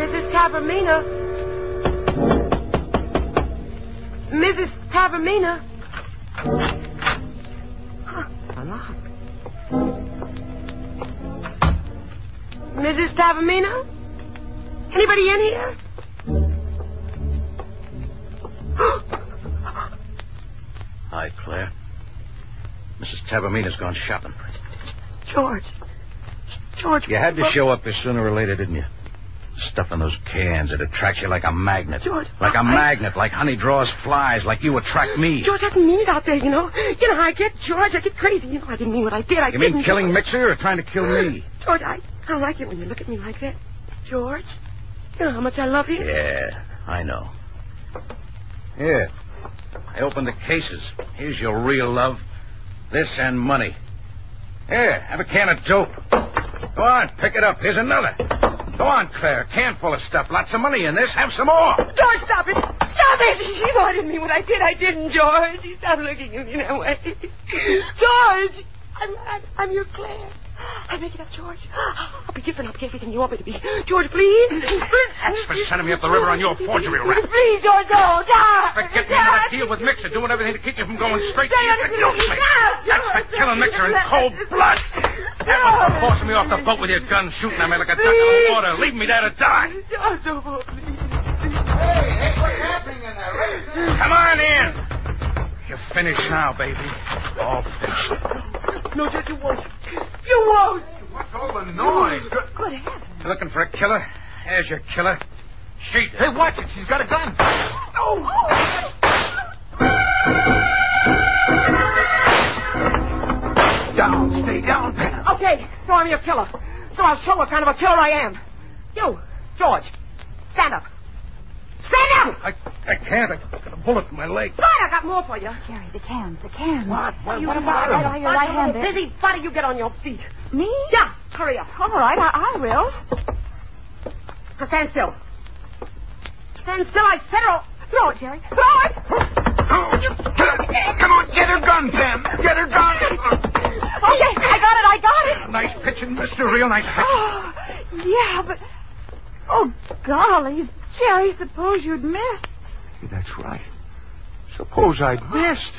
Mrs. Tavermina. Mrs. Tavermina. Huh, Unlocked. Mrs. Tavermina? Anybody in here? Hi, Claire. Mrs. Tavermina's gone shopping. George. George. You had to well, show up here sooner or later, didn't you? Stuff in those cans, it attracts you like a magnet. George, like a I- magnet, like honey draws flies, like you attract me. George, I didn't mean it out there, you know. You know how I get, George. I get crazy. You know I didn't mean what I did. I you didn't. mean killing Mixer or trying to kill me? George, I, I don't like it when you look at me like that. George? You know how much I love you? Yeah, I know. Here. I opened the cases. Here's your real love. This and money. Here, have a can of dope. Go on, pick it up. Here's another. Go on, Claire. Can full of stuff. Lots of money in this. Have some more. George, stop it. Stop it. She wanted me. When I did, I didn't, George. She stopped looking at me that way. George, I'm, I'm, I'm your Claire. I make it up, George. I'll be different. I'll be everything you want me to be. George, please. That's for sending me up the river on your forgery rap. Please, George, no. Stop. Forget me not deal with Mixer, doing everything to keep you from going straight to your guilt. That's for killing Mixer in cold blood. That was for forcing me off the boat with your gun shooting at me like a duck in the water, leaving me there to die. George, no more, please. Come on in. You're finished now, baby. All finished. No, George, you won't. You won't. What's all the noise? Good heavens. You looking for a killer? There's your killer. She. Hey, watch it. She's got a gun. Oh. Down. Stay down there. Okay, so I'm your killer. So I'll show what kind of a killer I am. You, George, stand up. Stand up! I, I can't. I got a bullet in my leg. Bud, I got more for you. Jerry, the cans, the cans. What? What, you what got about it them? on your right hand there. Busy buddy, you get on your feet. Me? Yeah, hurry up. All right, I, I will. Now stand still. Stand still, I said, or... Throw it, Jerry. Throw it! Oh, you Come on, get her gun, Pam. Get her gun. Okay, I got it, I got it. Nice pitching, mister. Real nice pitching. yeah, but... Oh, golly, Jerry, suppose you'd miss. That's right. Suppose I missed.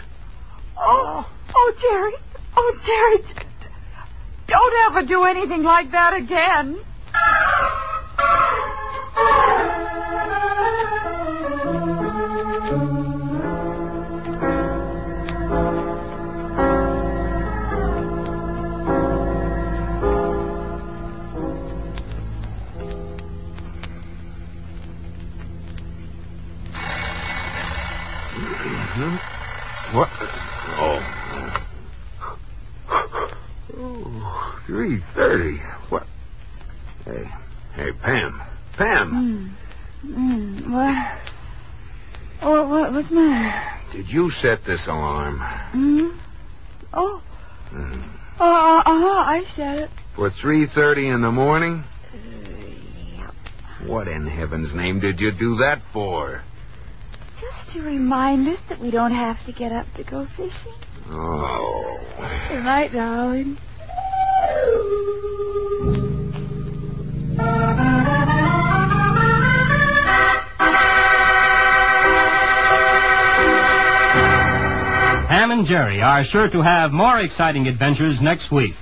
Oh, oh, Jerry. Oh, Jerry. d- d- Don't ever do anything like that again. What? Oh. Oh, 3.30. What? Hey, hey, Pam. Pam, Mm, what? What, what? What's the matter? did you set this alarm? Hmm? Oh. Oh, uh, uh, I said it. For 3.30 in the morning? What in heaven's name did you do that for? Just to remind us that we don't have to get up to go fishing. Oh. Good night, darling. Ham and Jerry are sure to have more exciting adventures next week.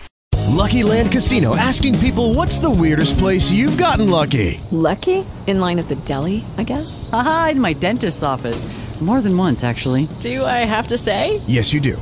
Lucky Land Casino asking people what's the weirdest place you've gotten lucky? Lucky? In line at the deli, I guess? Aha, in my dentist's office. More than once, actually. Do I have to say? Yes, you do.